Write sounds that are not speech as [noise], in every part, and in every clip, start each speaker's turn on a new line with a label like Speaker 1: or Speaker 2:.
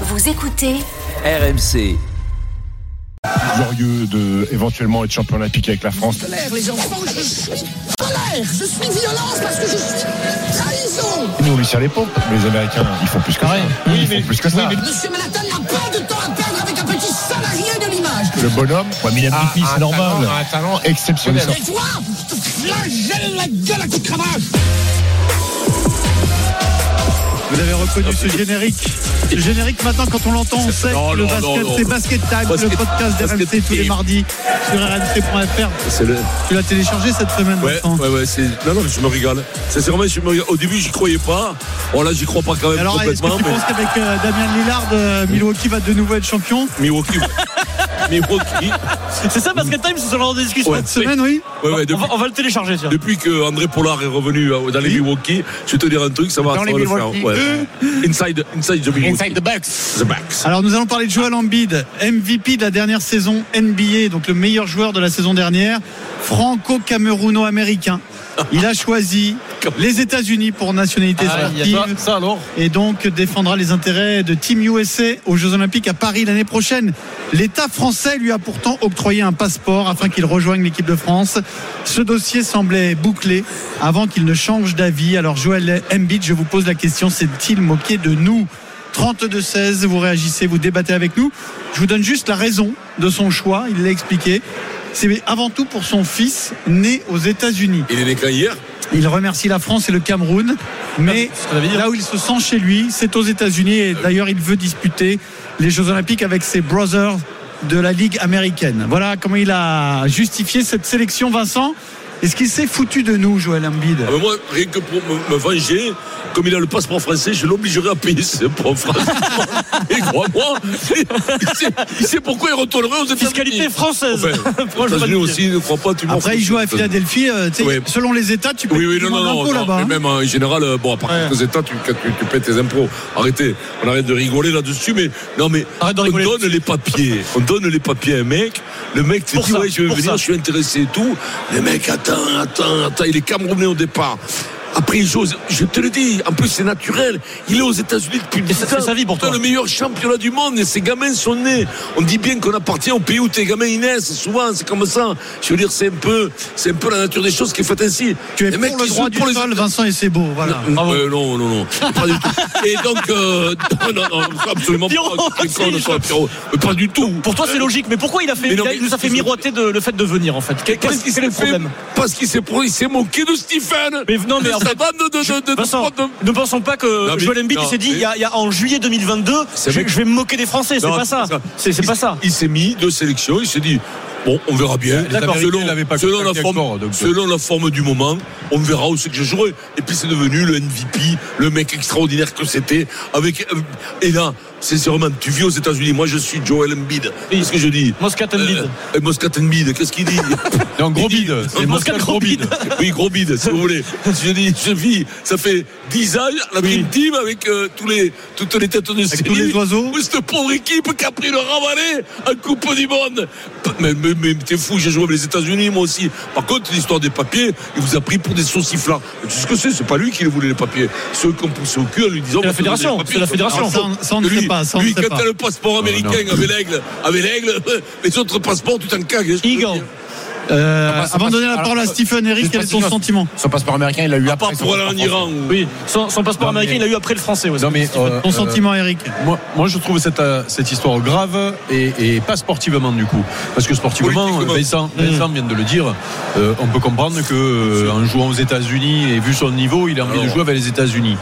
Speaker 1: Vous écoutez
Speaker 2: RMC.
Speaker 3: glorieux de éventuellement être champion olympique avec la France.
Speaker 4: les enfants, je suis colère, je suis violence parce que je suis trahison.
Speaker 3: Nous on lui serre les pompes, mais les Américains ils font
Speaker 5: Ah
Speaker 3: plus que ça. Oui, ils font plus que ça.
Speaker 4: Monsieur Manhattan n'a pas de temps à perdre avec un petit salarié de l'image.
Speaker 3: Le bonhomme a
Speaker 5: Ah,
Speaker 3: un, talent, un talent
Speaker 1: Ah,
Speaker 3: exceptionnel.
Speaker 4: Et toi, je te flagelle la gueule à coups de cravache.
Speaker 5: Vous avez reconnu ce générique. Ce générique maintenant quand on l'entend on sait
Speaker 6: Non,
Speaker 5: que le
Speaker 6: non,
Speaker 5: basket
Speaker 6: non, non.
Speaker 5: c'est basket time,
Speaker 6: Basket-
Speaker 5: le podcast
Speaker 6: basket
Speaker 5: d'RMC tous les
Speaker 6: time.
Speaker 5: mardis sur rmc.fr.
Speaker 6: C'est le.
Speaker 5: Tu l'as téléchargé cette semaine
Speaker 6: Ouais,
Speaker 5: Vincent
Speaker 6: ouais, ouais. c'est- Non, non, mais je me régale. Sincèrement, je me régale. Au début, j'y croyais pas. Bon, là, j'y crois pas quand même
Speaker 5: Alors est-ce que
Speaker 6: complètement.
Speaker 5: tu
Speaker 6: mais-
Speaker 5: penses qu'avec euh, Damien Lillard euh, Milwaukee va de nouveau être champion
Speaker 6: Milwaukee. Milwaukee.
Speaker 7: C'est ça Basket Time, c'est ce genre de discussion.
Speaker 6: Ouais.
Speaker 5: Cette semaine oui
Speaker 6: Ouais, ouais,
Speaker 7: on,
Speaker 6: depuis,
Speaker 7: va, on va le télécharger, tiens.
Speaker 6: depuis que André Pollard est revenu euh, dans les Milwaukee, je vais te dire un truc, ça va,
Speaker 8: Dans
Speaker 6: ça
Speaker 8: les
Speaker 6: va le faire.
Speaker 8: Milwaukee.
Speaker 6: ouais. Inside, inside the Milwaukee.
Speaker 8: Inside the Bucks.
Speaker 6: the Bucks.
Speaker 5: Alors nous allons parler de Joel Embiid, MVP de la dernière saison NBA, donc le meilleur joueur de la saison dernière, franco-camerouno-américain. Il a choisi les États-Unis pour nationalité
Speaker 3: Ah,
Speaker 9: Ah,
Speaker 5: sportive et donc défendra les intérêts de Team USA aux Jeux Olympiques à Paris l'année prochaine. L'État français lui a pourtant octroyé un passeport afin qu'il rejoigne l'équipe de France. Ce dossier semblait bouclé avant qu'il ne change d'avis. Alors Joël Embiid, je vous pose la question, s'est-il moqué de nous 32-16, vous réagissez, vous débattez avec nous. Je vous donne juste la raison de son choix, il l'a expliqué. C'est avant tout pour son fils né aux États-Unis.
Speaker 6: Il est né quand hier
Speaker 5: Il remercie la France et le Cameroun, mais là où il se sent chez lui, c'est aux États-Unis et d'ailleurs il veut disputer les Jeux Olympiques avec ses brothers de la Ligue américaine. Voilà comment il a justifié cette sélection, Vincent. Est-ce qu'il s'est foutu de nous, Joël Embiid
Speaker 6: Ah, mais Moi, rien que pour me, me venger, comme il a le passeport français, je l'obligerai à payer ses impôts [laughs] français. Et crois-moi, il sait, il sait pourquoi il retournerait aux États-Unis.
Speaker 7: Fiscalité française.
Speaker 5: [laughs]
Speaker 6: Enfin,
Speaker 7: [laughs] Franchement, je vais pas
Speaker 6: aux États-Unis
Speaker 7: le dire.
Speaker 6: aussi, ne crois pas, tu m'en
Speaker 5: Après, il
Speaker 6: fous.
Speaker 5: joue à Philadelphie. euh, tu sais,
Speaker 6: Oui.
Speaker 5: Selon les États, tu peux
Speaker 6: Oui, oui, non, non, non, non,
Speaker 5: là-bas.
Speaker 6: mais
Speaker 7: hein.
Speaker 6: même en général, euh, bon, à part
Speaker 5: Ouais.
Speaker 6: aux États, tu, tu, tu paies tes impôts. Arrêtez, on arrête de rigoler là-dessus, mais non, mais
Speaker 7: Arrête de
Speaker 6: on
Speaker 7: rigoler
Speaker 6: donne les papiers, on donne les papiers à un mec, le mec te
Speaker 7: Pour
Speaker 6: dit,
Speaker 7: ça,
Speaker 6: ouais, je veux
Speaker 7: pour
Speaker 6: venir,
Speaker 7: ça.
Speaker 6: je suis intéressé et tout. Le mec, attends, attends, attends, il est Camerounais au départ. Après, il joue aux- je te le dis, en plus, c'est naturel. Il est aux États-Unis depuis 10
Speaker 7: ça-
Speaker 6: ans.
Speaker 7: et ça vit pour
Speaker 6: Putain,
Speaker 7: toi.
Speaker 6: le meilleur championnat du monde, et ces gamins sont nés. On dit bien qu'on appartient au pays où tes gamins ils naissent, souvent, c'est comme ça. Je veux dire, c'est un peu, c'est un peu la nature des choses qui est faite ainsi.
Speaker 5: Tu es
Speaker 6: Les
Speaker 5: pour
Speaker 6: mecs
Speaker 5: le
Speaker 6: qui
Speaker 5: droit
Speaker 6: jouent
Speaker 5: du
Speaker 6: pour les-
Speaker 5: sol, Vincent, et c'est beau. Voilà.
Speaker 7: Ah
Speaker 6: euh, non, non, non, pas du tout. Et donc, euh, non, non, non, absolument
Speaker 7: Pierrot, [laughs]
Speaker 6: pas. Quel con,
Speaker 7: si,
Speaker 6: non,
Speaker 7: je-
Speaker 6: toi, Pierrot. Mais pas du tout.
Speaker 7: Pour toi, c'est logique, mais pourquoi il a fait,
Speaker 6: Mais non,
Speaker 7: il a-
Speaker 6: mais-
Speaker 7: il nous a fait miroiter de- le fait de venir en fait Quel, quel-
Speaker 6: Parce
Speaker 7: quel
Speaker 6: qu'il
Speaker 7: est
Speaker 6: s'est
Speaker 7: le
Speaker 6: fait,
Speaker 7: problème
Speaker 6: parce qu'il s'est, pro- il s'est moqué de Stephen.
Speaker 7: Mais non, mais
Speaker 6: de
Speaker 7: en
Speaker 6: sa
Speaker 7: fait,
Speaker 6: bande de, de, de, de-
Speaker 7: Vincent,
Speaker 6: de-
Speaker 7: ne pensons pas que
Speaker 6: Non, mais-
Speaker 7: Joel Embiid
Speaker 6: non,
Speaker 7: il s'est dit
Speaker 6: mais-
Speaker 7: il y, a, il y a- en juillet 2022
Speaker 6: C'est
Speaker 7: je,
Speaker 6: mec-
Speaker 7: je vais me moquer des Français, c'est
Speaker 6: Non,
Speaker 7: pas ça. C'est c'est
Speaker 6: Il-
Speaker 7: pas ça.
Speaker 6: Il s'est mis de sélection, il s'est dit. Bon, on verra bien.
Speaker 7: D'accord.
Speaker 6: Selon, selon la forme,
Speaker 7: euh.
Speaker 6: selon la forme du moment, on verra où c'est que je jouerai. Et puis c'est devenu le MVP, le mec extraordinaire que c'était. Avec euh, et là, sincèrement, tu vis aux États-Unis. Moi, je suis Joel Embiid. Qu'est-ce que je dis
Speaker 7: Moscat Embiid.
Speaker 6: Euh, Moscat and Bide, qu'est-ce
Speaker 7: [laughs]
Speaker 6: qu'il dit Non, gros bide.
Speaker 7: C'est Moscat gros bide.
Speaker 6: Oui, gros bide, si vous voulez. Je dis, je vis, ça fait 10 ans, la Dream Team avec euh, tous les, toutes les têtes de série.
Speaker 5: tous les oiseaux.
Speaker 6: Oui, cette pauvre équipe qui a pris le ravalé en Coupe du Monde. Mais, mais, mais t'es fou, j'ai joué avec les États-Unis, moi aussi. Par contre, l'histoire des papiers, il vous a pris pour des sauciflats. Mais tu sais ce que c'est C'est pas lui qui les voulait, les papiers. Ceux qui ont poussé au cul en lui disant.
Speaker 7: C'est la
Speaker 6: on va te donner
Speaker 7: fédération,
Speaker 6: les papiers.
Speaker 7: c'est la fédération.
Speaker 5: Alors, ça, on- ça, on ne
Speaker 6: Lui-
Speaker 5: sait pas, ça, on ne
Speaker 6: Lui,
Speaker 5: sait
Speaker 6: quand
Speaker 5: pas.
Speaker 6: t'as le
Speaker 1: Oh,
Speaker 6: passeport américain avec l'aigle, avec l'aigle, [laughs] les autres passeports, tu t'en cagues. hein, je te le dis.
Speaker 7: Eagle.
Speaker 5: Euh,
Speaker 8: Ah bah, c'est
Speaker 5: avant
Speaker 8: pas-
Speaker 5: de donner la
Speaker 8: alors,
Speaker 5: parole à
Speaker 8: euh,
Speaker 5: Stephen Eric,
Speaker 8: juste
Speaker 5: quel est
Speaker 8: pas
Speaker 5: ton
Speaker 8: si-
Speaker 5: sentiment
Speaker 8: Son passeport américain, il l'a eu
Speaker 6: À
Speaker 8: après.
Speaker 6: part
Speaker 8: son
Speaker 6: pour aller en
Speaker 8: passeport
Speaker 6: Iran.
Speaker 1: hein.
Speaker 6: ou-
Speaker 7: Oui, son, son passeport
Speaker 8: Non, mais-
Speaker 7: américain, il a eu après le français. ouais.
Speaker 9: Non mais euh,
Speaker 5: Ton
Speaker 9: euh,
Speaker 5: sentiment, Eric
Speaker 9: moi, moi, je trouve cette, euh, cette histoire grave et, et pas sportivement du coup parce que sportivement
Speaker 6: Politiquement.
Speaker 9: euh, Vincent, Vincent vient de le dire euh, on peut comprendre que euh, en jouant aux États-Unis et vu son niveau il a envie
Speaker 6: Alors.
Speaker 9: de jouer avec les États-Unis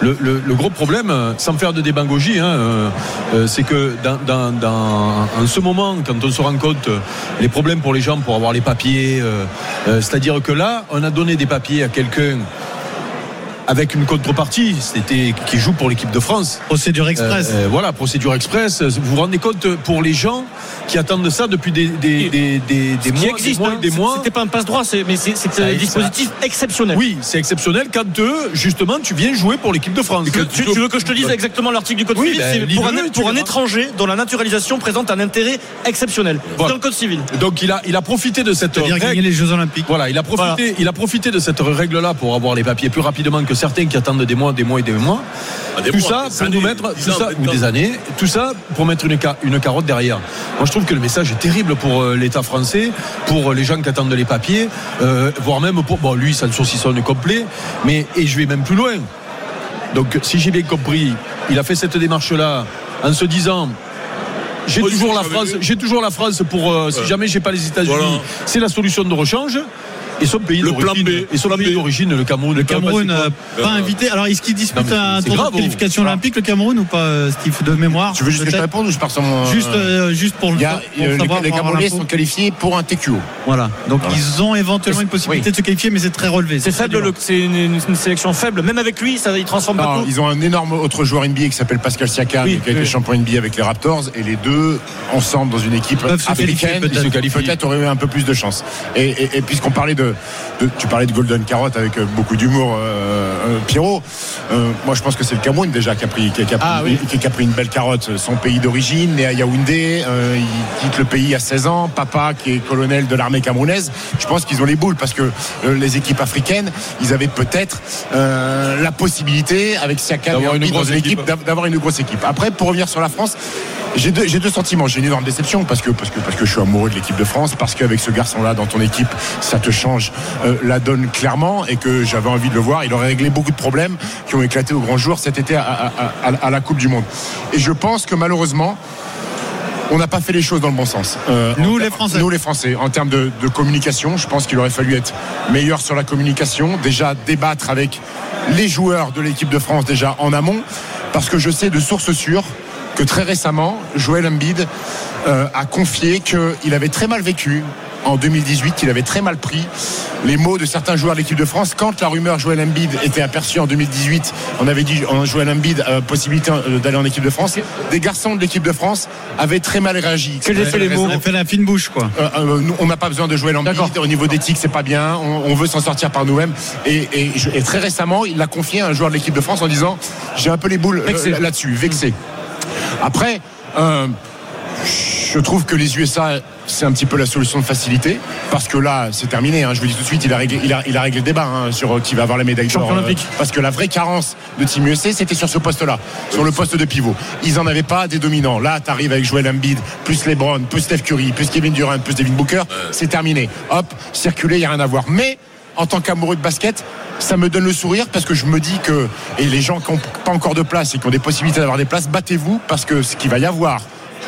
Speaker 9: le, le- le gros problème euh, sans faire de démagogie hein, euh, euh, c'est que dans, dans- dans- en ce moment quand on se rend compte euh, les problèmes pour les gens pour avoir les papiers euh, euh, c'est-à-dire que là on a donné des papiers à quelqu'un avec une contrepartie, c'était qui joue pour l'équipe de France.
Speaker 5: Procédure express.
Speaker 9: Euh, euh, voilà, procédure express. Vous vous rendez compte euh, pour les gens qui attendent ça depuis des, des, des, des, des
Speaker 7: Ce
Speaker 9: mois,
Speaker 7: qui
Speaker 9: des
Speaker 7: existe,
Speaker 9: mois
Speaker 7: hein.
Speaker 9: et des
Speaker 7: C'est-
Speaker 9: mois.
Speaker 7: C'était pas un passe droit, mais c'est c'est
Speaker 9: Ça-
Speaker 7: un dispositif exceptionnel.
Speaker 9: Oui, c'est exceptionnel quand euh, justement tu viens jouer pour l'équipe de France.
Speaker 6: Et quand
Speaker 7: Tu, tu veux que je te dise exactement l'article du code
Speaker 9: Oui,
Speaker 7: civil
Speaker 9: ben,
Speaker 7: C'est pour un,
Speaker 9: lis-le, tu
Speaker 7: pour un
Speaker 9: verras.
Speaker 7: étranger dont la naturalisation présente un intérêt exceptionnel. C'est
Speaker 9: Voilà.
Speaker 7: Dans le code civil.
Speaker 9: Donc il a, il a profité de cette
Speaker 5: C'est-à-dire
Speaker 9: règle.
Speaker 5: gagner les Jeux Olympiques.
Speaker 9: Voilà, il a profité, il a profité de cette règle-là pour avoir les papiers plus rapidement que certains qui attendent des mois, des mois et des mois.
Speaker 6: Ah, des
Speaker 9: tout
Speaker 6: mois,
Speaker 9: ça pour
Speaker 6: des années,
Speaker 9: nous mettre,
Speaker 6: des
Speaker 9: tout
Speaker 6: ans,
Speaker 9: ça,
Speaker 6: peut-être
Speaker 9: ou des
Speaker 6: pas.
Speaker 9: années, tout ça pour mettre une, ca- une carotte derrière. Moi, je trouve que le message est terrible pour euh, l'État français, pour euh, les gens qui attendent les papiers, euh, voire même pour, bon, lui, ça le saucissonne complet, mais, et je vais même plus loin. Donc, si j'ai bien compris, il a fait cette démarche-là en se disant. J'ai
Speaker 6: Moi aussi,
Speaker 9: toujours la
Speaker 6: j'avais
Speaker 9: phrase,
Speaker 6: vu.
Speaker 9: j'ai toujours la phrase pour euh, si
Speaker 6: Ouais.
Speaker 9: jamais j'ai pas les États-Unis,
Speaker 6: Voilà.
Speaker 9: c'est la solution de rechange et son pays
Speaker 6: Le
Speaker 9: d'origine-
Speaker 6: plan B.
Speaker 9: et son
Speaker 6: Plan
Speaker 9: pays
Speaker 6: B.
Speaker 9: d'origine le Cameroun.
Speaker 5: Le Cameroun euh,
Speaker 6: quoi
Speaker 5: pas
Speaker 6: Euh,
Speaker 5: invité. Alors est-ce qu'il
Speaker 9: non,
Speaker 5: dispute
Speaker 9: mais
Speaker 5: un
Speaker 9: c'est
Speaker 5: tournoi
Speaker 9: grave,
Speaker 5: de qualification
Speaker 9: oh.
Speaker 5: olympique le Cameroun ou pas euh, Steve de mémoire
Speaker 1: Tu veux juste que je te
Speaker 5: peut-être
Speaker 1: réponde ou je pars sur mon.
Speaker 5: Juste, euh, juste pour le
Speaker 1: Il y a-
Speaker 5: pour
Speaker 1: euh, les-
Speaker 5: savoir,
Speaker 1: les
Speaker 5: pour avoir
Speaker 1: Camerounais
Speaker 5: l'info.
Speaker 1: sont qualifiés pour un TQO.
Speaker 5: Voilà. Donc
Speaker 1: Voilà.
Speaker 5: ils ont éventuellement une possibilité de se qualifier, mais c'est très relevé.
Speaker 7: C'est faible,
Speaker 5: très
Speaker 7: le-
Speaker 5: dur.
Speaker 7: c'est une, une- une sélection faible. Même avec lui, ça, il transforme
Speaker 5: Ah,
Speaker 7: pas
Speaker 1: Non,
Speaker 7: tout.
Speaker 1: ils ont un énorme autre joueur NBA qui s'appelle Pascal Siakam,
Speaker 7: Oui,
Speaker 1: qui a été
Speaker 7: oui.
Speaker 1: champion NBA avec les Raptors, et les deux ensemble dans une équipe
Speaker 5: Peuvent se qualifier,
Speaker 1: africaine,
Speaker 5: peut-être.
Speaker 1: ils se qualifient. peut-être auraient eu un peu plus de chance. Et, et- et puisqu'on parlait de, de- tu parlais de Golden Carrot avec euh, beaucoup d'humour, euh, euh, Pierrot. euh, moi, je pense que c'est le Cameroun déjà qui a pris, qui a, qui a pris,
Speaker 5: Ah, oui.
Speaker 1: qui a pris une belle carotte. euh, Son pays d'origine, né à Yaoundé, euh, il quitte le pays à 16 ans. Papa, qui est colonel de l'armée camerounaise, je pense qu'ils ont les boules parce que euh, les équipes africaines, ils avaient peut-être euh, la possibilité avec Siakam
Speaker 9: D'avoir une
Speaker 1: envie dans
Speaker 9: grosse équipe.
Speaker 1: d'av- d'avoir une grosse équipe. Après, pour revenir sur la France, j'ai deux, j'ai deux sentiments. J'ai une énorme déception parce que, parce que, parce que je suis amoureux de l'équipe de France, parce qu'avec ce garçon-là dans ton équipe, ça te change euh, la donne clairement et que j'avais envie de le voir. Il aurait réglé beaucoup de problèmes qui ont éclaté au grand jour cet été à, à- à- à la Coupe du Monde. Et je pense que malheureusement, on n'a pas fait les choses dans le bon sens. Euh,
Speaker 5: Nous,
Speaker 1: en-
Speaker 5: les Français.
Speaker 1: Nous, les Français. En termes de, de communication, je pense qu'il aurait fallu être meilleur sur la communication. Déjà, débattre avec les joueurs de l'équipe de France, déjà en amont. Parce que je sais de sources sûres que très récemment, Joël Embiid euh, a confié qu'il avait très mal vécu en 2018, qu'il avait très mal pris les mots de certains joueurs de l'équipe de France. Quand la rumeur Joël Embiid était aperçue en 2018, on avait dit en Joël Embiid euh, possibilité euh, d'aller en équipe de France. Des garçons de l'équipe de France avaient très mal réagi.
Speaker 7: Quels étaient les mots
Speaker 5: On a fait la fine bouche quoi.
Speaker 1: Euh, euh, nous, on n'a pas besoin de jouer l'ambide au niveau d'éthique c'est pas bien on, on veut s'en sortir par nous-mêmes et, et je- et très récemment il l'a confié à un joueur de l'équipe de France en disant j'ai un peu les boules euh,
Speaker 7: Vexé. Mmh.
Speaker 1: là-dessus vexé après euh, je trouve que les USA c'est un petit peu la solution de facilité parce que là c'est terminé hein. je vous dis tout de suite il a réglé, il a, il a réglé le débat hein, sur euh, qui va avoir la médaille d'or
Speaker 7: Champion olympique.
Speaker 1: parce que la vraie carence de Team USA c'était sur ce poste là sur le poste de pivot ils n'en avaient pas des dominants là t'arrives avec Joel Embiid plus Lebron plus Steph Curry plus Kevin Durant plus David Booker c'est terminé hop circuler il n'y a rien à voir mais en tant qu'amoureux de basket ça me donne le sourire parce que je me dis que et les gens qui n'ont pas encore de place et qui ont des possibilités d'avoir des places battez-vous parce que ce qu'il va y avoir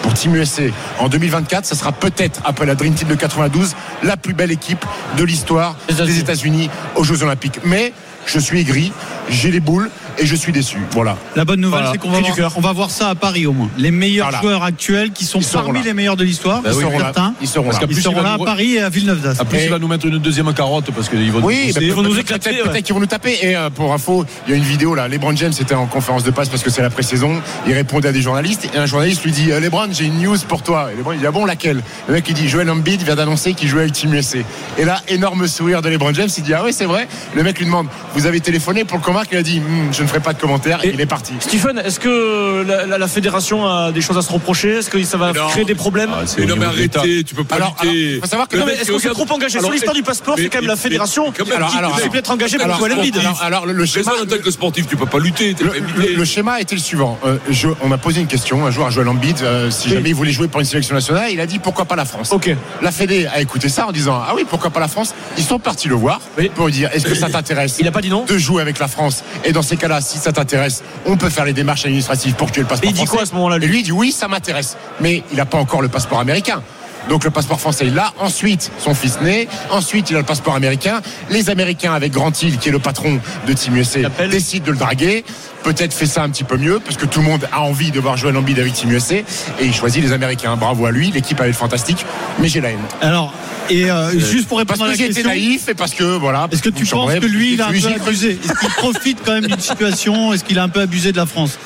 Speaker 1: pour Team USA en 2024, ça sera peut-être après la Dream Team de 92 la plus belle équipe de l'histoire des États-Unis aux Jeux Olympiques. Mais je suis aigri, j'ai les boules et je suis déçu. Voilà.
Speaker 5: La bonne nouvelle,
Speaker 1: Voilà.
Speaker 5: c'est qu'on va,
Speaker 1: Cri du
Speaker 5: voir- on va voir ça à Paris au moins. Les meilleurs
Speaker 1: Voilà.
Speaker 5: joueurs actuels qui sont
Speaker 1: Ils seront
Speaker 5: parmi
Speaker 1: là. Bah
Speaker 5: les meilleurs de l'histoire,
Speaker 1: Ils
Speaker 5: c'est
Speaker 1: seront là.
Speaker 5: certain.
Speaker 1: Ils seront là.
Speaker 9: Parce qu'à
Speaker 5: Ils
Speaker 9: plus, il
Speaker 5: seront
Speaker 9: va
Speaker 5: là à
Speaker 9: nous-
Speaker 5: Paris et à Villeneuve d'Ascq.
Speaker 9: En plus,
Speaker 1: Et-
Speaker 9: il va nous mettre une deuxième carotte parce qu'ils vont
Speaker 1: Oui,
Speaker 9: nous
Speaker 1: bah,
Speaker 9: pousser.
Speaker 7: ils vont nous
Speaker 1: peut-être-
Speaker 7: éclater,
Speaker 1: Peut-être
Speaker 7: ouais.
Speaker 1: qu'ils vont nous taper. Et euh, pour info, il y a une vidéo là. LeBron James était en conférence de presse parce que c'est la pré-saison. Il répondait à des journalistes et un journaliste lui dit euh, LeBron, j'ai une news pour toi. Et LeBron il dit ah bon laquelle Le mec il dit Joel Embiid vient d'annoncer qu'il jouait à Ultimate USA. Et là, énorme sourire de LeBron James. Il dit ah ouais c'est vrai. Le mec lui demande vous avez téléphoné pour le convaincre Il a dit Hmm, je ne ferai pas de commentaire. Et,
Speaker 7: Et-
Speaker 1: il est parti.
Speaker 7: Stephen, est-ce que la, la- la fédération a des choses à se reprocher Est-ce que ça va
Speaker 6: Non.
Speaker 7: créer des problèmes
Speaker 9: Ah, c'est
Speaker 6: Mais
Speaker 9: au
Speaker 6: non, mais
Speaker 9: niveau de l'État.
Speaker 6: arrêtez, tu peux pas
Speaker 1: Alors,
Speaker 6: lutter.
Speaker 1: alors, faut savoir que-
Speaker 6: Le
Speaker 1: Non, mais
Speaker 6: mec
Speaker 7: est-ce
Speaker 6: qui
Speaker 7: qu'on s'est
Speaker 6: regarde-
Speaker 7: trop engagé Sur
Speaker 6: Alors,
Speaker 7: l'histoire du passeport, c'est
Speaker 6: mais-
Speaker 7: quand même la
Speaker 6: mais-
Speaker 7: fédération
Speaker 6: quand même,
Speaker 7: qui-
Speaker 1: alors,
Speaker 7: qui
Speaker 1: alors,
Speaker 7: peut être engagée pour
Speaker 1: alors,
Speaker 7: Joel Embiid.
Speaker 1: alors, alors, le, le schéma,
Speaker 6: Raison en tant que sportif, tu peux pas lutter, t'es
Speaker 1: Le,
Speaker 6: pas
Speaker 1: le-
Speaker 6: invité.
Speaker 1: le schéma était le suivant. Euh, je- on a posé une question un jour à Joël Embiid, euh, si jamais il voulait jouer pour une sélection nationale, il a dit pourquoi pas la France.
Speaker 7: Ok.
Speaker 1: La Fédé a écouté ça en disant ah oui pourquoi pas la France. Ils sont partis le voir
Speaker 7: Oui. Euh,
Speaker 1: pour lui dire est-ce que ça t'intéresse
Speaker 7: Il a pas dit non
Speaker 1: de jouer avec la France et dans ces cas-là si ça t'intéresse on peut faire les démarches administratives pour que tu aies le passeport.
Speaker 7: Et il dit
Speaker 1: français.
Speaker 7: quoi à ce moment-là, lui
Speaker 1: Et lui il dit oui ça m'intéresse mais il n'a pas encore le passeport américain. Donc le passeport français il l'a, ensuite son fils né, ensuite il a le passeport américain, les Américains avec Grant Hill qui est le patron de Team USA
Speaker 7: L'appel.
Speaker 1: décide de le draguer, peut-être fait ça un petit peu mieux, parce que tout le monde a envie de voir Joel Embiid avec Team USA, et il choisit les Américains. Bravo à lui, l'équipe avait le fantastique, mais j'ai la haine.
Speaker 5: Alors, et euh, juste pour
Speaker 1: Parce
Speaker 5: répondre à
Speaker 1: que
Speaker 5: la
Speaker 1: j'ai été
Speaker 5: question.
Speaker 1: naïf, et parce que voilà.
Speaker 5: Est-ce que
Speaker 1: vous
Speaker 5: tu
Speaker 1: me
Speaker 5: penses
Speaker 1: chambrez,
Speaker 5: que lui, il a un
Speaker 1: puis
Speaker 5: peu
Speaker 1: j'ai cru-
Speaker 5: abusé Est-ce qu'il profite quand même d'une situation Est-ce qu'il a un peu abusé de la France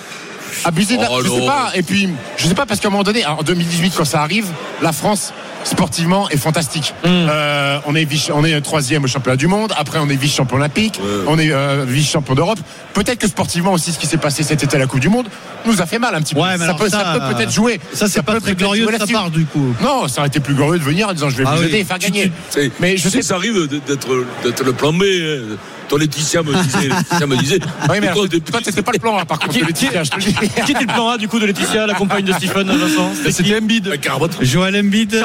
Speaker 1: abusé de la-
Speaker 6: Oh
Speaker 1: je sais
Speaker 6: non.
Speaker 1: pas et puis je sais pas parce qu'à un moment donné en 2018 quand ça arrive la France sportivement est fantastique
Speaker 5: Hmm.
Speaker 1: Euh, on est vice- on est troisième au championnat du monde après on est vice euh, champion olympique on est vice champion d'Europe peut-être que sportivement aussi ce qui s'est passé cet été à la Coupe du Monde nous a fait mal un petit peu.
Speaker 5: Ouais, mais
Speaker 1: ça
Speaker 5: alors
Speaker 1: peut,
Speaker 5: ça,
Speaker 1: ça peut peut-être jouer.
Speaker 5: Ça, c'est pas
Speaker 1: peut
Speaker 5: très
Speaker 1: peut-être
Speaker 5: glorieux
Speaker 1: jouer
Speaker 5: de sa
Speaker 1: là-dessus.
Speaker 5: part, du coup.
Speaker 1: Non, ça aurait été plus glorieux de venir en disant je vais
Speaker 5: Ah
Speaker 1: vous
Speaker 5: oui.
Speaker 1: aider et faire gagner.
Speaker 6: C'est-
Speaker 1: Mais je
Speaker 6: tu sais,
Speaker 1: sais
Speaker 6: ça arrive de- d'être d'être le plan B. hein. Ton Laetitia me
Speaker 1: [laughs]
Speaker 6: disait, Laetitia me disait
Speaker 1: Ah Oui, mais
Speaker 6: toi,
Speaker 1: alors,
Speaker 6: depuis-
Speaker 1: toi, t'étais pas le plan A par contre.
Speaker 7: Qui-
Speaker 1: le
Speaker 7: qui-
Speaker 1: tiers, je te le dis.
Speaker 7: Qui était le plan A du coup de Laetitia, la compagne de Stephen, Vincent
Speaker 9: C'était Embiid.
Speaker 6: Ouais, Carabotte.
Speaker 5: Joël Embiid.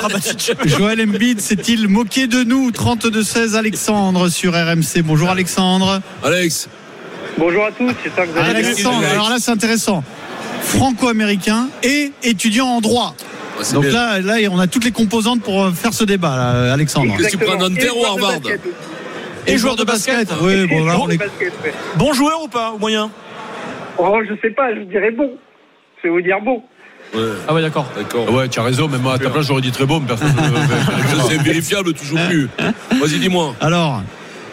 Speaker 5: Joël Embiid s'est-il moqué de nous 32-16 Alexandre sur RMC. Bonjour Alexandre.
Speaker 6: Alex, ah,
Speaker 2: Bonjour à tous, j'espère que vous allez bien.
Speaker 5: Alexandre, alors là c'est intéressant. Franco-américain et étudiant en droit.
Speaker 6: ouais, c'est
Speaker 5: Donc
Speaker 6: bien.
Speaker 5: là, là, on a toutes les composantes pour euh, faire ce débat, là, euh, Alexandre.
Speaker 6: Qu'est-ce que tu prends,
Speaker 2: Exactement.
Speaker 6: Nanterre
Speaker 2: Et
Speaker 6: ou
Speaker 2: joueur de
Speaker 6: Harvard
Speaker 2: basket.
Speaker 5: Et joueur de basket Oui, bon, là,
Speaker 2: Joueur
Speaker 5: on
Speaker 2: de
Speaker 5: est-
Speaker 2: basket, ouais.
Speaker 7: Bon joueur ou pas, au moyen
Speaker 2: Oh, je sais pas, je dirais bon. Je vais vous dire bon.
Speaker 6: Ouais,
Speaker 7: Ah ouais, d'accord.
Speaker 6: d'accord. [laughs]
Speaker 9: Ouais, tu as raison, même à ta place, j'aurais dit très bon. Personne ne
Speaker 6: Ça, C'est vérifiable, tu joues plus.
Speaker 1: Hein,
Speaker 6: Vas-y, dis-moi.
Speaker 5: Alors,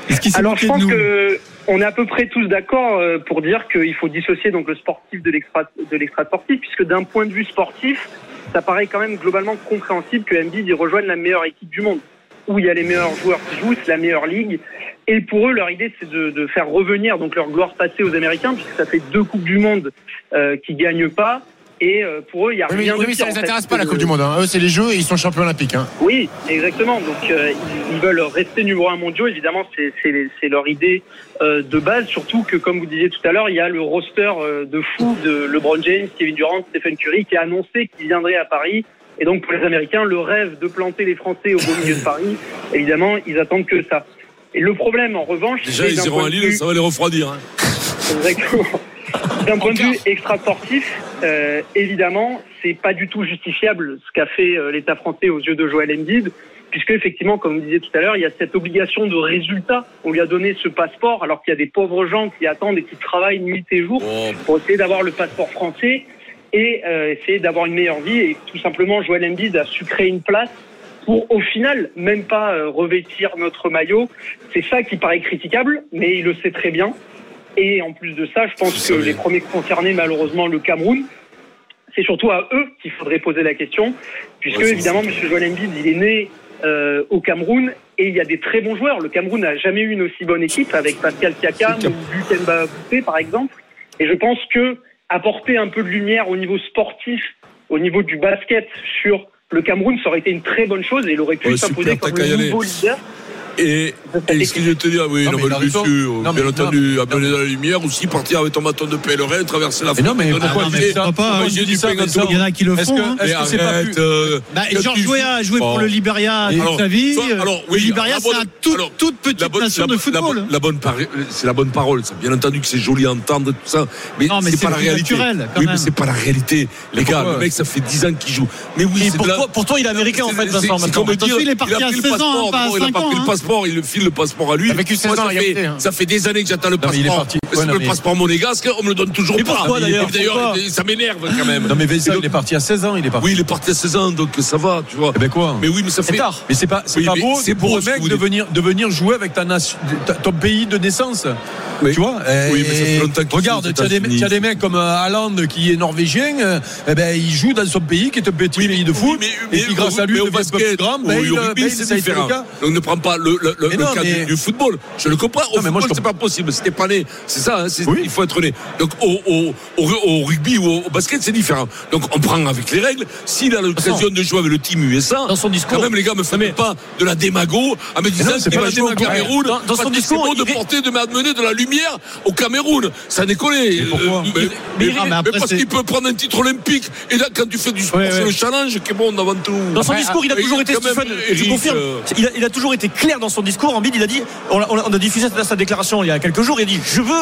Speaker 5: est-ce qu'il s'est
Speaker 2: Alors, je
Speaker 5: moqué de
Speaker 2: pense
Speaker 5: nous
Speaker 2: que Euh, on est à peu près tous d'accord euh, pour dire qu'il faut dissocier donc le sportif de l'extra de l'extra sportif, puisque d'un point de vue sportif, ça paraît quand même globalement compréhensible que Embiid y rejoigne la meilleure équipe du monde, où il y a les meilleurs joueurs qui jouent, c'est la meilleure ligue. Et pour eux, leur idée, c'est de, de faire revenir donc leur gloire passée aux Américains, puisque ça fait deux coupes du monde euh, qui gagnent pas. Et euh, pour eux, il y a
Speaker 1: Ah Oui, mais,
Speaker 2: rien
Speaker 1: oui,
Speaker 2: de
Speaker 1: mais ça
Speaker 2: pire,
Speaker 1: les
Speaker 2: en fait,
Speaker 1: intéresse pas la
Speaker 2: que-
Speaker 1: Coupe du Monde. hein. Eux, c'est les Jeux et ils sont champions olympiques. hein.
Speaker 2: oui, exactement. Donc euh, ils- ils veulent rester numéro un mondiaux. Évidemment, c'est- c'est les- c'est leur idée euh, de base. Surtout que, comme vous disiez tout à l'heure, il y a le roster euh, de fou de LeBron James, Kevin Durant, Stephen Curry, qui a annoncé qu'il viendrait à Paris. Et donc pour les Américains, le rêve de planter les Français au beau milieu de Paris, évidemment, ils attendent que ça. Et le problème, en revanche,
Speaker 6: Déjà,
Speaker 2: c'est
Speaker 6: ils
Speaker 2: d'un
Speaker 6: iront
Speaker 2: point
Speaker 6: à
Speaker 2: de vue-
Speaker 6: Lille, ça va les refroidir. hein.
Speaker 2: Exactement. D'un point de vue extra-sportif, euh, évidemment, c'est pas du tout justifiable ce qu'a fait euh, l'État français aux yeux de Joël Embiid, puisque effectivement, comme vous disiez tout à l'heure, il y a cette obligation de résultat. On lui a donné ce passeport alors qu'il y a des pauvres gens qui attendent et qui travaillent nuit et jour
Speaker 6: Oh,
Speaker 2: pour essayer d'avoir le passeport français et euh, essayer d'avoir une meilleure vie. Et tout simplement, Joël Embiid a su créer une place pour, au final, même pas euh, revêtir notre maillot. C'est ça qui paraît critiquable, mais il le sait très bien. Et en plus de ça, je
Speaker 6: Vous
Speaker 2: pense que
Speaker 6: savez.
Speaker 2: les premiers concernés, malheureusement, le Cameroun, c'est surtout à eux qu'il faudrait poser la question, puisque,
Speaker 6: Ouais, c'est-
Speaker 2: évidemment, M. Joël Embiid, il est né euh, au Cameroun et il y a des très bons joueurs. Le Cameroun n'a jamais eu une aussi bonne équipe avec Pascal Siakam ou Luc Mbappé par exemple. Et je pense que apporter un peu de lumière au niveau sportif, au niveau du basket sur le Cameroun, ça aurait été une très bonne chose et il aurait pu
Speaker 6: Ouais,
Speaker 2: s'imposer
Speaker 6: super, t'as
Speaker 2: comme
Speaker 6: qu'à y
Speaker 2: le nouveau
Speaker 6: aller.
Speaker 2: leader.
Speaker 6: Et,
Speaker 2: de cette
Speaker 6: et
Speaker 2: équipe.
Speaker 6: excusez de te dire, oui,
Speaker 9: Non,
Speaker 6: non,
Speaker 9: mais il
Speaker 6: mais
Speaker 9: a
Speaker 6: bien
Speaker 9: raison.
Speaker 6: sûr,
Speaker 9: Non, mais-
Speaker 6: bien
Speaker 9: non,
Speaker 6: entendu, abonner dans la lumière, aussi partir avec ton bâton de pèlerin, traverser la Ah,
Speaker 9: Mais non, mais pourquoi
Speaker 5: non,
Speaker 9: tu
Speaker 5: mais
Speaker 9: dis ça
Speaker 5: pourquoi pas,
Speaker 9: Pourquoi
Speaker 5: hein,
Speaker 9: tu dis
Speaker 6: du
Speaker 9: ça
Speaker 6: pain,
Speaker 9: quand
Speaker 6: Gaëtan
Speaker 5: Il y en a qui le
Speaker 9: Est-ce
Speaker 5: font. hein.
Speaker 9: que, est-ce que c'est pas plus
Speaker 5: Bah, George Weah a joué pour
Speaker 6: euh, Bon.
Speaker 5: le
Speaker 9: hein,
Speaker 5: Liberia
Speaker 6: Oh. Et-
Speaker 5: toute sa vie.
Speaker 9: euh,
Speaker 6: alors, alors, oui,
Speaker 5: le Liberia,
Speaker 6: la
Speaker 5: c'est
Speaker 6: bonne-
Speaker 5: une toute,
Speaker 6: alors,
Speaker 5: toute petite
Speaker 6: la bonne-
Speaker 5: nation
Speaker 6: la-
Speaker 5: de
Speaker 6: la
Speaker 5: football.
Speaker 6: bonne- La bonne, pari- c'est la bonne parole. ça. Bien entendu que c'est joli à entendre tout ça, mais
Speaker 5: Non, mais
Speaker 6: c'est
Speaker 5: c'est
Speaker 6: pas la
Speaker 5: plus
Speaker 6: réalité.
Speaker 5: naturel, quand
Speaker 6: oui,
Speaker 5: même.
Speaker 6: mais c'est pas la réalité. Les gars,
Speaker 9: pourquoi
Speaker 6: le mec, ça fait 10 ans qu'il joue. Mais oui,
Speaker 7: Et
Speaker 6: c'est de la-
Speaker 7: pourtant, pourtant, il est américain en fait,
Speaker 6: C'est- c'est-
Speaker 7: Vincent.
Speaker 6: c'est
Speaker 7: maintenant.
Speaker 6: comme dire,
Speaker 5: Attention, il est parti à
Speaker 6: pris le
Speaker 5: 16 ans,
Speaker 6: passeport,
Speaker 5: pas à
Speaker 6: non, il a
Speaker 5: 5
Speaker 6: pas
Speaker 5: ans,
Speaker 6: pris
Speaker 5: hein.
Speaker 6: le passeport, il le file le passeport à lui.
Speaker 1: Il a vécu 16
Speaker 6: Moi,
Speaker 1: ans,
Speaker 6: ça,
Speaker 1: il a
Speaker 6: fait,
Speaker 1: opté, hein.
Speaker 6: ça fait des années que j'attends le
Speaker 9: Non, mais il est
Speaker 6: passeport.
Speaker 9: parti.
Speaker 6: Parce
Speaker 9: Ouais,
Speaker 6: que
Speaker 9: non,
Speaker 6: le
Speaker 9: mais-
Speaker 6: passeport monégasque, on me le donne toujours
Speaker 7: Mais
Speaker 6: pas.
Speaker 7: pourquoi, d'ailleurs
Speaker 6: Et D'ailleurs,
Speaker 7: Pourquoi
Speaker 6: ça m'énerve quand même.
Speaker 9: Non, mais Vincent,
Speaker 6: Et donc-
Speaker 9: il est parti à 16 ans, il est parti.
Speaker 6: Oui, il est parti à 16 ans, donc ça va, tu vois.
Speaker 9: Eh ben quoi
Speaker 6: Mais oui, mais ça fait.
Speaker 7: C'est tard.
Speaker 9: Mais c'est pas, c'est
Speaker 6: Oui,
Speaker 9: pas
Speaker 6: mais
Speaker 9: beau,
Speaker 6: c'est
Speaker 9: pour
Speaker 6: beau,
Speaker 9: le
Speaker 6: ce que
Speaker 9: mec
Speaker 6: vous
Speaker 9: de
Speaker 6: dites.
Speaker 9: venir, de venir jouer avec ta nation, ta- ton pays de naissance.
Speaker 6: Oui.
Speaker 9: Tu vois
Speaker 6: Oui, mais ça fait
Speaker 9: Et
Speaker 6: longtemps qu'ils sont
Speaker 9: Regarde,
Speaker 6: aux
Speaker 9: tu as, des,
Speaker 6: États-Unis.
Speaker 9: t'as des mecs comme euh, Haaland qui est norvégien, euh, eh ben, il joue dans son pays qui est un petit pays de foot.
Speaker 6: Oui,
Speaker 9: et qui, grâce à lui,
Speaker 6: mais au
Speaker 9: devient un peu plus
Speaker 6: basket,
Speaker 9: grand.
Speaker 6: ou
Speaker 9: Ben, il,
Speaker 6: au
Speaker 9: euh, ben,
Speaker 6: rugby,
Speaker 9: ça a
Speaker 6: c'est
Speaker 9: été le
Speaker 6: différent.
Speaker 9: cas.
Speaker 6: Donc ne prends pas le, le, le,
Speaker 9: Mais
Speaker 6: le
Speaker 9: non,
Speaker 6: cas
Speaker 9: mais-
Speaker 6: du, du football. Je le comprends. Au
Speaker 9: Non, mais moi,
Speaker 6: football,
Speaker 9: je
Speaker 6: c'est pas possible. C'était pas né. C'est ça, hein, c'est- il faut être né. Donc au, au, au, au rugby ou au, au basket, c'est différent. Donc on prend avec les règles. S'il a l'occasion de jouer avec le team USA,
Speaker 7: Dans son discours-
Speaker 6: quand même, les gars, me faites pas de la démago à me disant
Speaker 9: non, c'est
Speaker 6: qu'il
Speaker 9: pas
Speaker 6: va
Speaker 9: la
Speaker 6: jouer au
Speaker 9: démago.
Speaker 6: Cameroun.
Speaker 7: Dans- dans
Speaker 6: parce
Speaker 7: son
Speaker 6: que
Speaker 7: discours,
Speaker 6: c'est bon de
Speaker 7: il-
Speaker 6: porter, de m'amener de la lumière au Cameroun. Ça déconne.
Speaker 9: pourquoi
Speaker 6: Euh, mais- Mais
Speaker 5: Ah, mais après,
Speaker 6: mais parce
Speaker 5: c'est-
Speaker 6: qu'il peut prendre un titre olympique. Et là, quand tu fais du sport,
Speaker 5: Ouais, ouais.
Speaker 6: c'est le challenge qui est bon avant tout.
Speaker 7: Dans son
Speaker 6: Après,
Speaker 7: discours, il a
Speaker 6: euh,
Speaker 7: toujours été
Speaker 6: quand même,
Speaker 7: Stephen, je
Speaker 6: Eric,
Speaker 7: confirme.
Speaker 6: euh,
Speaker 7: Il a, il a toujours été clair dans son discours. En bid, il a dit, on a, on a- on a diffusé sa- sa déclaration il y a quelques jours. Il a dit, je veux,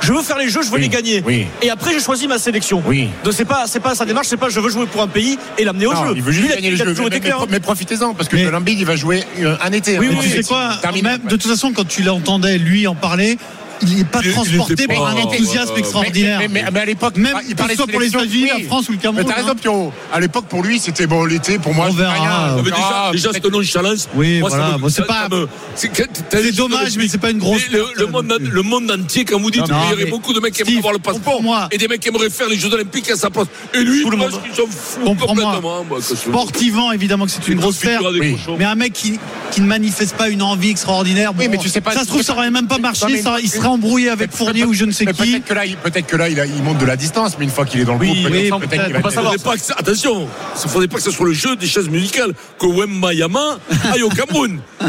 Speaker 7: je veux faire les jeux, je veux
Speaker 1: Oui,
Speaker 7: les gagner.
Speaker 1: oui.
Speaker 7: Et après, j'ai choisi ma sélection.
Speaker 1: Oui.
Speaker 7: Donc c'est pas, c'est pas sa démarche, c'est pas, je veux jouer pour un pays et l'amener au
Speaker 6: Ah,
Speaker 1: Non,
Speaker 7: jeu.
Speaker 1: Il veut juste
Speaker 7: Lui, a-
Speaker 1: gagner
Speaker 7: il
Speaker 1: les
Speaker 7: a
Speaker 1: jeux.
Speaker 7: toujours
Speaker 1: Mais,
Speaker 7: été clair. hein.
Speaker 1: mais mais profitez-en parce que
Speaker 5: Mais-
Speaker 1: l'Olympique il va jouer euh, un été.
Speaker 5: Oui,
Speaker 1: hein.
Speaker 5: oui,
Speaker 1: Donc,
Speaker 5: tu sais
Speaker 1: c'est-
Speaker 5: quoi
Speaker 1: c'est terminé,
Speaker 5: même,
Speaker 1: après.
Speaker 5: De toute façon, quand tu l'entendais, lui, en parler, il n'est pas
Speaker 6: Il- il
Speaker 5: transporté
Speaker 6: était
Speaker 5: par
Speaker 6: pas-
Speaker 5: un enthousiasme
Speaker 6: Mais- mais-
Speaker 1: Mais-
Speaker 5: extraordinaire.
Speaker 1: Mais, mais- mais à l'époque,
Speaker 5: Même
Speaker 1: il
Speaker 5: que
Speaker 1: parlait
Speaker 5: ce soit
Speaker 1: de
Speaker 5: pour les
Speaker 1: sélection,
Speaker 5: États-Unis,
Speaker 1: oui.
Speaker 5: la France ou le
Speaker 1: Mais
Speaker 5: Cameroun.
Speaker 1: t'as raison,
Speaker 5: hein.
Speaker 1: Pierrot. À l'époque, pour lui, c'était bon, l'été, pour moi,
Speaker 5: On
Speaker 1: c'est
Speaker 5: verra.
Speaker 1: rien.
Speaker 5: Non,
Speaker 6: mais déjà,
Speaker 1: Ah,
Speaker 6: déjà
Speaker 1: peut-être-
Speaker 6: ce non-challenge.
Speaker 5: Oui,
Speaker 6: moi, ça
Speaker 5: voilà.
Speaker 6: me-
Speaker 5: Bon, c'est
Speaker 6: ça-
Speaker 5: pas-
Speaker 6: ça me- c'est que- t'as-
Speaker 5: C'est
Speaker 6: je te
Speaker 5: dommage, mais
Speaker 6: l'explique.
Speaker 5: c'est pas une grosse
Speaker 6: Mais Le, le
Speaker 5: perte
Speaker 6: monde,
Speaker 5: non plus.
Speaker 6: le monde entier, quand vous dites,
Speaker 5: Non,
Speaker 6: qu'il y
Speaker 5: mais-
Speaker 6: aurait beaucoup de mecs qui
Speaker 5: Steve,
Speaker 6: aimeraient avoir le passeport
Speaker 5: comprends-moi.
Speaker 6: et des mecs qui aimeraient faire les Jeux Olympiques à sa place. Et lui,
Speaker 7: Tout le
Speaker 6: moi,
Speaker 7: monde.
Speaker 6: je suis fou
Speaker 5: Comprends-moi.
Speaker 6: complètement. hein, moi, que ce-
Speaker 5: Sportivement, évidemment que c'est une
Speaker 6: Une
Speaker 5: grosse
Speaker 6: confiture
Speaker 5: perte.
Speaker 6: à des
Speaker 1: Oui.
Speaker 6: cochons.
Speaker 5: Mais un mec qui, qui ne manifeste pas une envie extraordinaire,
Speaker 1: Oui,
Speaker 5: bon,
Speaker 1: mais tu sais pas-
Speaker 5: ça se trouve, ça aurait même pas marché,
Speaker 1: Non, mais-
Speaker 5: ça- il serait rembrouillé avec
Speaker 1: Mais
Speaker 5: Fournier
Speaker 1: peut-
Speaker 5: ou je ne sais
Speaker 1: mais
Speaker 5: qui.
Speaker 1: Peut-être que là, il- peut-être que là, il, a- il monte de la distance, mais une fois qu'il est dans le
Speaker 5: Oui,
Speaker 1: groupe,
Speaker 5: oui,
Speaker 1: peut-être
Speaker 5: peut-être,
Speaker 1: qu'il
Speaker 5: on
Speaker 1: va
Speaker 5: va
Speaker 1: être-
Speaker 5: savoir.
Speaker 6: Faudrait pas que ça- attention, il faudrait pas que ça soit le jeu des chaises musicales, que Wembayama aille au Cameroun.
Speaker 1: Je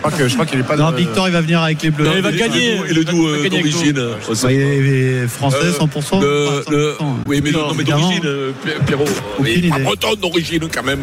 Speaker 1: crois que- je crois qu'il est pas
Speaker 5: Non,
Speaker 1: dans.
Speaker 5: Victor, il va venir avec les Bleus.
Speaker 7: Non, il va gagner.
Speaker 6: Il est d'où euh,
Speaker 7: Il va gagner
Speaker 6: d'origine
Speaker 5: Bah, il est français
Speaker 6: Euh,
Speaker 5: 100%.
Speaker 6: le-
Speaker 5: pas
Speaker 6: le-
Speaker 5: 100%.
Speaker 6: Oui, mais non,
Speaker 5: Non,
Speaker 6: mais
Speaker 5: évidemment.
Speaker 6: d'origine, euh, Pierrot.
Speaker 5: Aucune
Speaker 6: Mais pas
Speaker 5: idée.
Speaker 6: breton d'origine quand même.